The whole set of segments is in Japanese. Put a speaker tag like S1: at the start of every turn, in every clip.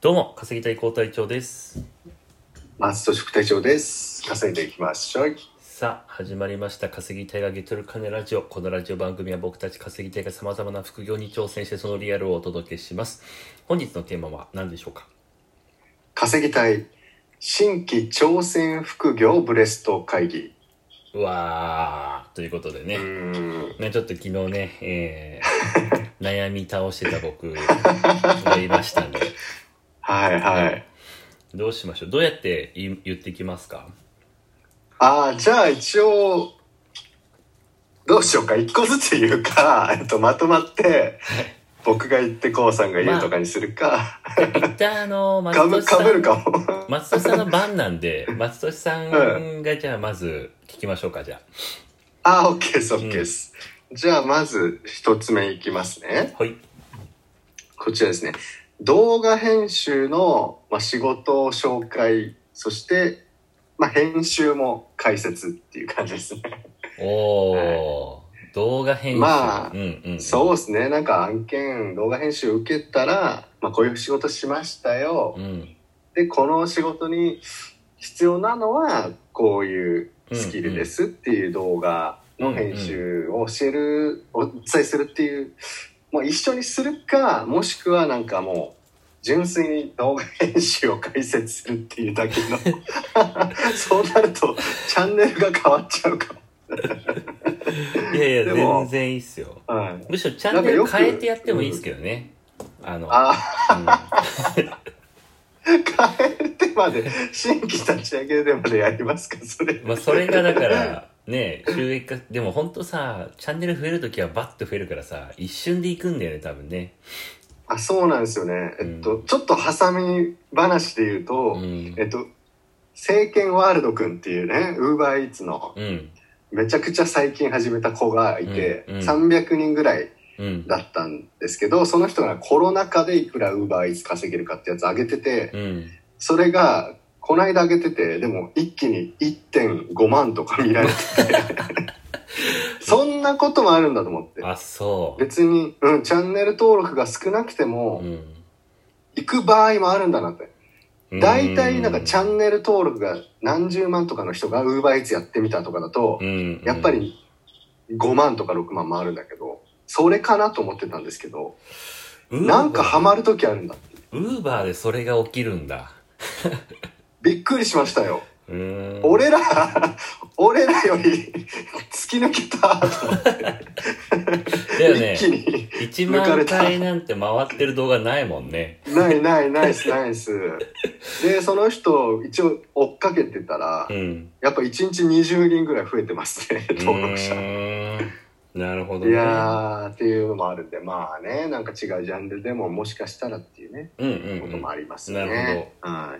S1: どうも稼ぎたい高隊長です
S2: マスト食隊長です。稼いでいきましょう。
S1: さあ始まりました稼ぎたいがゲットルカネラジオこのラジオ番組は僕たち稼ぎたいがさまざまな副業に挑戦してそのリアルをお届けします本日のテーマは何でしょうか
S2: 稼ぎたい新規挑戦副業ブレスト会議。
S1: うわーということで
S2: う
S1: ね,、
S2: ーん。
S1: ねちょっと昨日ね、えー 悩み倒してた僕がいましたんで
S2: はいはい。
S1: どうしましょうどうやって言い言ってきますか
S2: ああ、じゃあ一応、どうしようか。一個ずつ言うか、え っと、まとまって、僕が言って、こうさんが言うとかにするか、
S1: 一旦あの松
S2: かぶ、
S1: 俊さ
S2: かぶる
S1: ん
S2: かも。
S1: 松俊さんの番なんで松俊さんがじゃあまず聞きましょうかじゃ
S2: ああ、オッケーです、オッケーです。じゃあ、まず一つ目いきますね。
S1: あはい
S2: こちらですね。動画編集の、まあ、仕事を紹介、そして、まあ、編集も解説っていう感じですね。
S1: おお、動画編集、
S2: まあ
S1: うんうん、
S2: そうですね。なんか案件、動画編集受けたら、まあ、こういう仕事しましたよ
S1: う。ん、
S2: で、この仕事に必要なのは、こういうスキルですっていう動画の編集を教える、お伝えするっていう、もう一緒にするか、もしくはなんかもう、純粋に動画編集を解説するっていうだけの、 そうなるとチャンネルが変わっちゃうかも。
S1: いやいや
S2: でも
S1: 全然いいっすよ
S2: はい。
S1: むしろチャンネル変えてやってもいいっすけどねあの
S2: あ
S1: うん
S2: あ、変えてまで、新規立ち上げでまでやりますか、それ。
S1: まあ、それがだからね収益化でもほんとさチャンネル増える時はバッと増えるからさ一瞬でいくんだよね多分ね
S2: あ、そうなんですよね。えっと、
S1: う
S2: ちょっと挟み話で言うと、
S1: うん
S2: えっと、聖剣ワールドくんっていうね、ウーバーイーツの
S1: うん
S2: めちゃくちゃ最近始めた子がいて、
S1: うんうん
S2: 300人ぐらい
S1: うん
S2: だったんですけど、その人がコロナ禍でいくらウーバーイーツ稼げるかってやつ上げてて、
S1: うん
S2: それが、こないだ上げてて、でも一気に1.5万とか見られて て、そんなこともあるんだと思って。
S1: あそう
S2: 別に、うん、チャンネル登録が少なくて
S1: う
S2: も、
S1: ん
S2: 行く場合もあるんだなって。大体なんかチャ
S1: ン
S2: ンネル登録が何十万とかの人が UberEats やってみたとかだと、
S1: うん
S2: やっぱり5万とか6万もあるんだけど、それかなと思ってたんですけど、なんかハマる時あるんだ。
S1: ウーバーでそれが起きるんだ
S2: びっくりしましたよ。
S1: うーん
S2: 俺ら、 俺らより 突き抜けたと思って
S1: だよね
S2: 一気に。
S1: 1
S2: 抜か
S1: 万
S2: れた
S1: 回なんて回ってる動画ないもんね。
S2: ないないナ イスナイス。で、その人一応追っかけてたら
S1: う、ん。
S2: やっぱ1日20人ぐらい増えてますね、登録者
S1: う。ーんなるほど
S2: い
S1: ね。
S2: やーっていうのもあるんでまあねなんか違うジャンルでももしかしたらっていうね
S1: うんう
S2: こ
S1: ん
S2: ともありますね。
S1: なる
S2: は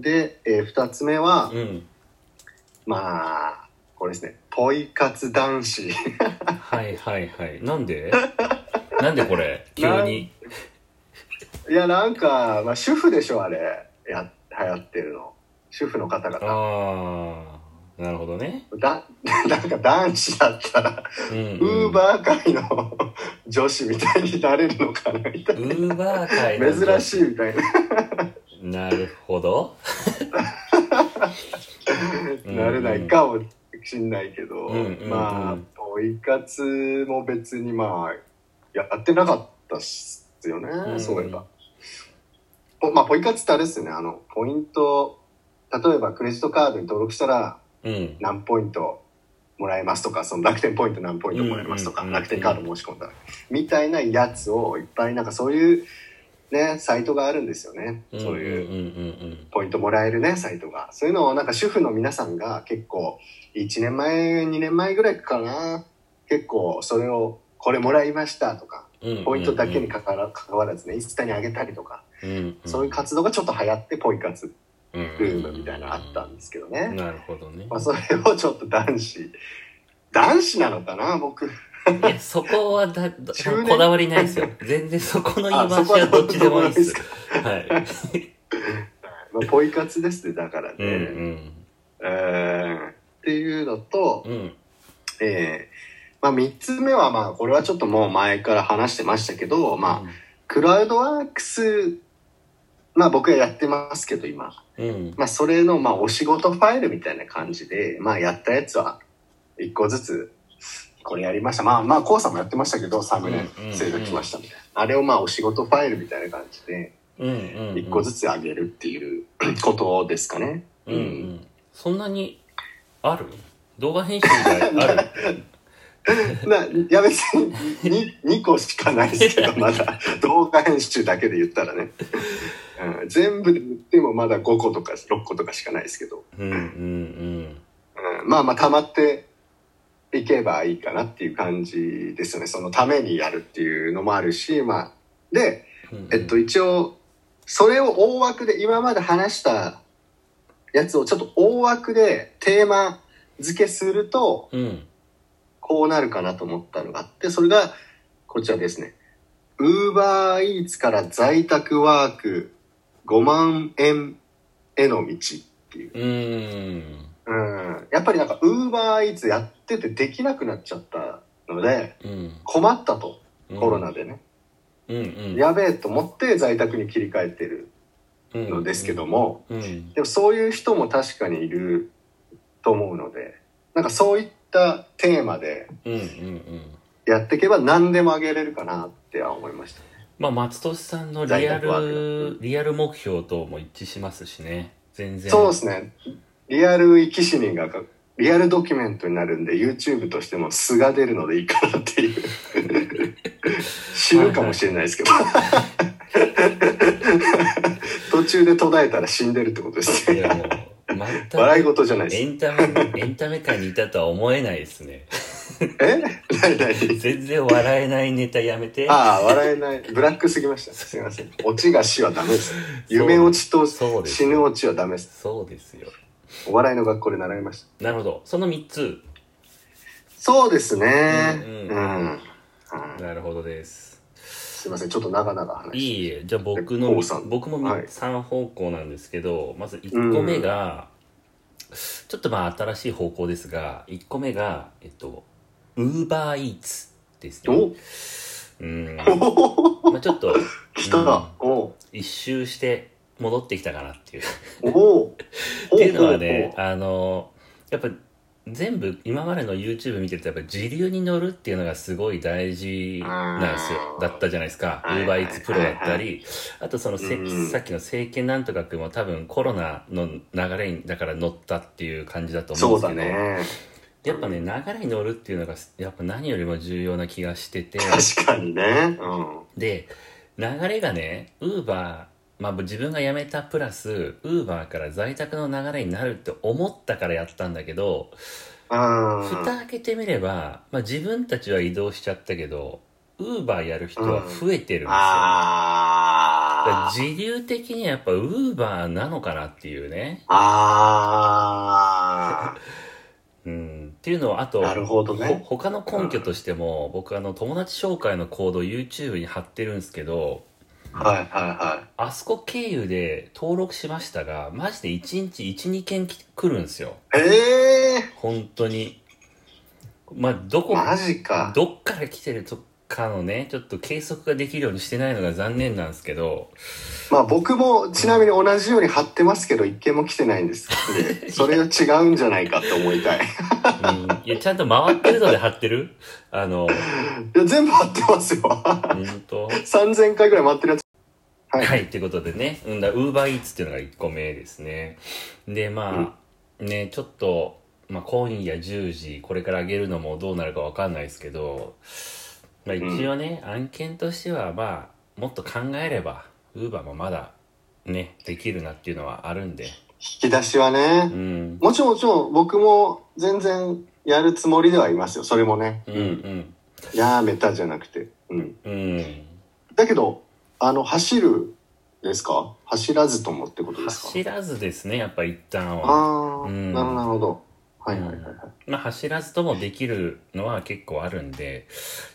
S2: い、で、え2つ目は、
S1: うん。うん。
S2: まあこれですねポイ活男子
S1: はいはいはい。なんでなんでこれ急に。
S2: いやなんか、まあ、主婦でしょあれや流行ってるの主婦の方々
S1: ああ。なるほどね。
S2: だ なんか男子だったら
S1: うん、
S2: ウーバー界の 女子みたいになれるのかなみたい
S1: ー。ウーバー界の
S2: な珍しいみたいな
S1: なるほど。うん
S2: なれないかもしんないけど、
S1: うんうんうん
S2: まあポイ活も別にまあやってなかったっすよね、
S1: うん
S2: そういえばおまあポイ活ってあれですよねあのポイント例えばクレジットカードに登録したら
S1: うん。
S2: 何ポイントもらえますとかその楽天ポイント何ポイントもらえますとか、
S1: うんうんうんうん
S2: 楽天カード申し込んだらみたいなやつをいっぱいなんかそういうねサイトがあるんですよね、そういう
S1: うんうん
S2: ポイントもらえるね、サイトが。そういうのをなんか主婦の皆さんが結構、1年前、2年前ぐらいかな。結構それを、これもらいましたとか、
S1: うんうん。
S2: ポイントだけにかかわら関わらずね、インスタにあげたりとか、
S1: うんうんうん、
S2: そういう活動がちょっと流行って、ポイ活
S1: ブ
S2: ブームみたいなのあったんですけどね。
S1: なるほどね。
S2: まあそれをちょっと男子、男子なのかな、僕。
S1: いや、そこはだ、だ
S2: 10年
S1: こだわりないですよ。全然そこの言い回しはどっちでもいいです。はい。
S2: まあ、ポイ活ですね、だからね。
S1: うんうん。
S2: えーっていうのと、
S1: うん。
S2: えーまあ、3つ目はまあこれはちょっともう前から話してましたけど、まあ、クラウドワークスまあ僕はやってますけど今、
S1: うん。
S2: まあそれのまあお仕事ファイルみたいな感じで、まあやったやつは一個ずつこれやりました。まあまあコウさんもやってましたけど、サムネ
S1: うんうんうん
S2: 制度来ましたみたいな。あれをまあお仕事ファイルみたいな感じで
S1: うんうん、うん。
S2: 一個ずつ上げるっていう ことですかね。
S1: うんうん。そんなに、ある動画編集以外 ある
S2: な、いや別にに 2, 個しかないですけ ど、まだ動画編集だけで言ったらね。うん、全部で言ってもまだ5個とか6個とかしかないですけど。
S1: うんうんうん。
S2: うんまあまあ溜まっていけばいいかなっていう感じですよねそのためにやるっていうのもあるしまあで、
S1: うんうん
S2: えっと、、一応それを大枠で今まで話したやつをちょっと大枠でテーマ付けすると
S1: うん。
S2: こうなるかなと思ったのがあってそれがこちらですね「UberEats から在宅ワーク5万円への道」っていう。
S1: うん。
S2: うんやっぱりなんか、ウーバーイーツやっててできなくなっちゃったので、
S1: うん。
S2: 困ったと、
S1: うん
S2: コロナでね。
S1: うんうん。
S2: やべえと思って在宅に切り替えてる
S1: うん
S2: のですけど。も、
S1: うん。
S2: でもそういう人も確かにいると思うので、なんかそういったテーマで
S1: うんうんうん。
S2: やっていけば何でもあげれるかなっては思いました。
S1: まあ、松俊さんのリ
S2: 在
S1: ア
S2: 宅ワー
S1: ル、リアル目標とも一致しますしね。全然。
S2: そうですね。リアル生き死人がか、リアルドキュメントになるんで、YouTube としても素が出るのでいいかなって いう。死ぬかもしれないですけど。途中で途絶えたら死んでるってことで す
S1: いや
S2: ね。
S1: もう、全く。
S2: 笑い事じゃない
S1: エ
S2: で
S1: ンタメ、エンタメ界にいたとは思えないですね。
S2: す。え 何何
S1: 全然笑えないネタやめて。
S2: ああ、笑えない。ブラックすぎました。すいません。オチが死はダメです。夢落ちと
S1: そうです
S2: 死ぬ落ちはダメです。
S1: そうですよ。
S2: お笑いの学校で習いました。
S1: なるほど。その3つ。
S2: そうですね。
S1: う
S2: うんん、
S1: うん
S2: うん
S1: なるほどです。
S2: すいません。ちょっと長々話して。
S1: いいえ。じゃあ僕
S2: え
S1: の
S2: こうさ、ん
S1: 僕も
S2: はい
S1: 3方向なんですけど、まず1個目が、ちょっとまあ新しい方向ですが、1個目が、えっと、ウーバーイーツですね。
S2: お
S1: うん。
S2: お
S1: まあちょっと、
S2: 来た、おう
S1: 一周して戻ってきたかなっていう。
S2: おお
S1: っていうのはね、あの、やっぱ全部今までの YouTube 見てるとやっぱ時流に乗るっていうのがすごい大事なんですよ。
S2: あー
S1: だったじゃないですか。
S2: はいはい
S1: UberEats Pro だったり、あとそのせ、
S2: うん
S1: さっきの政権なんとかくんも多分コロナの流れにだから乗ったっていう感じだと思
S2: そううん
S1: です
S2: だ
S1: けど、
S2: ね
S1: やっぱね、流れに乗るっていうのがやっぱ何よりも重要な気がして て、
S2: 確かにねうん
S1: で流れがねウーバーまあ自分が辞めたプラスウーバーから在宅の流れになるって思ったからやったんだけど
S2: あ
S1: 蓋
S2: ー
S1: 開けてみれば、まあ、自分たちは移動しちゃったけどウーバーやる人は増えてるんですよ、だから
S2: あー
S1: 自流的にはやっぱウーバーなのかなっていうね
S2: あ
S1: うんっていうのをあと
S2: ーなるほど
S1: ほ
S2: ね
S1: 他の根拠としても僕あの友達紹介のコードを YouTube に貼ってるんですけど
S2: はいはいは
S1: あそこ経由で登録しましたが、マジで1日1、2件き来るんですよ。
S2: いええ
S1: 本当に。まあ、どこ、
S2: マジか
S1: どっから来てるとかのね、ちょっと計測ができるようにしてないのが残念なんですけど、
S2: まあ僕もちなみに同じように貼ってますけど一件も来てないんです でそれは違うんじゃないかって思いたい
S1: うん、いや、ちゃんと回ってるので貼ってるあの、
S2: いや全部貼ってますよ
S1: うんと。
S2: 3000回ぐらい待ってるやつはい
S1: はい、ということでね、うんだ、ウーバーイーツっていうのが1個目ですね。で、まあ、ね、ちょっと、まあ、今夜10時、これから上げるのもどうなるかわかんないですけど、まあ、一応ね、案件としては、まあ、もっと考えれば、ウーバーもまだ、ね、できるなっていうのはあるんで、
S2: 引き出しはね
S1: うん、
S2: もちろんもちろん僕も全然やるつもりではいますよそれもね、
S1: うん、うん、
S2: やめたじゃなくて、うん、
S1: うん。
S2: だけどあの走るですか走らずともってことですか
S1: 走らずですね、やっぱ一旦
S2: あ
S1: は。
S2: あー、
S1: うん
S2: なるほどなるほどはいはいはいはい
S1: まあ、走らずともできるのは結構あるんで、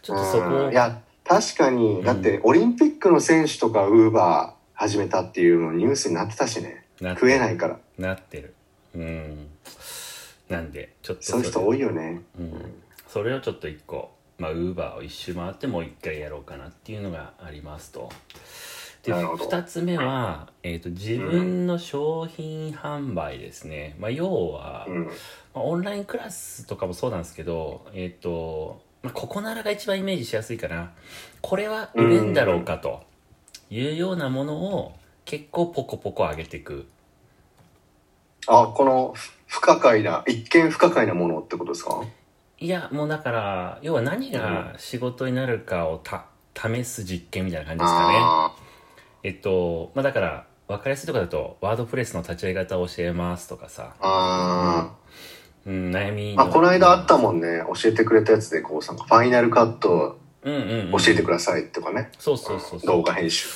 S1: ちょっとそこ
S2: う
S1: を
S2: んい、や確かにだってオリンピックの選手とかウーバー始めたっていうのニュースになってたしね
S1: なって
S2: 食えないから
S1: なってるうんなんでちょっと
S2: そういう人
S1: れ
S2: 多いよね
S1: うん、それをちょっと一個まあウーバーを一周回ってもう一回やろうかなっていうのがありますとで
S2: なるほど
S1: 2つ目は、えー、と自分の商品販売ですね、まあ、要は、
S2: うん
S1: まあ、オンラインクラスとかもそうなんですけどえっ、と、まあ、ここならが一番イメージしやすいかなこれは売れんだろうかというようなものを結構ポコポコ上げていく
S2: あこの不可解な一見不可解なものってことですか
S1: いやもうだから要は何が仕事になるかをた試す実験みたいな感じですかね
S2: あ
S1: えっと、まあ、だから、分かりやすいところだと、ワードプレスの立ち上げ方を教えますとかさ、
S2: ーあ
S1: うん、悩み
S2: ーあこの間あった
S1: ん。
S2: もんね教えてくれたやつでこうさんがファイナルカット
S1: うんうん、うん。
S2: 教えてくださいとかね、
S1: そうそうそうそう。
S2: 動画編集、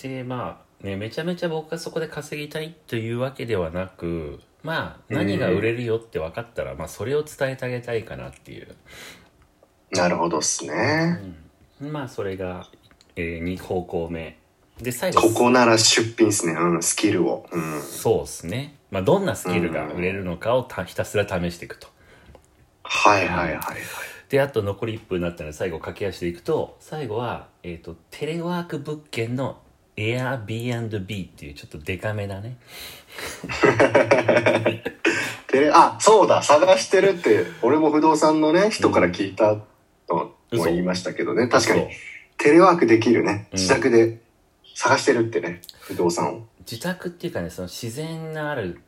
S1: で、まあ、ね、めちゃめちゃ僕がそこで稼ぎたいというわけではなく、まあ、何が売れるよって分かったら、まあ、それを伝えてあげたいかなっていう。
S2: うんなるほどっすね
S1: うん。まあ、それが、え2方向目。で、最後、
S2: ここなら出品っすね、うん、スキルを、うん、
S1: そうですね。まあ、どんなスキルが売れるのかをたひたすら試していくと。
S2: はいはいはいはい
S1: であと残り1分になったので最後駆け足でいくと最後は、えー、とテレワーク物件の Airbnb っていうちょっとデカめだね
S2: テレあそうだ探してるって俺も不動産のね人から聞いたとも言いましたけどね確かに
S1: そう
S2: テレワークできるね
S1: うん
S2: 自宅で探してるってね、不動産を
S1: 自宅っていうかねその自然のある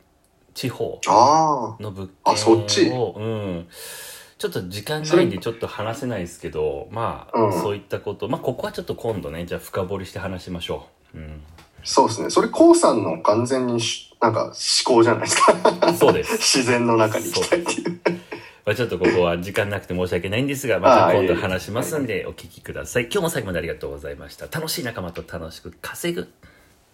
S1: 地方
S2: あ
S1: の物件を
S2: あそっち
S1: うんちょっと時間ないんでちょっと話せないですけどまあ、
S2: うん
S1: そういったことまあここはちょっと今度ねじゃあ深掘りして話しましょううん
S2: あそうですねそれこうさんの完全にしなんか思考じゃないですか
S1: そうです
S2: 自然の中に行きたいっていう
S1: まあ、ちょっとここは時間なくて申し訳ないんですが、ま
S2: あ
S1: た
S2: あ
S1: 今度
S2: いえいえ
S1: 話しますんでお聞きください。今日も最後までありがとうございました。楽しい仲間と楽しく稼ぐ。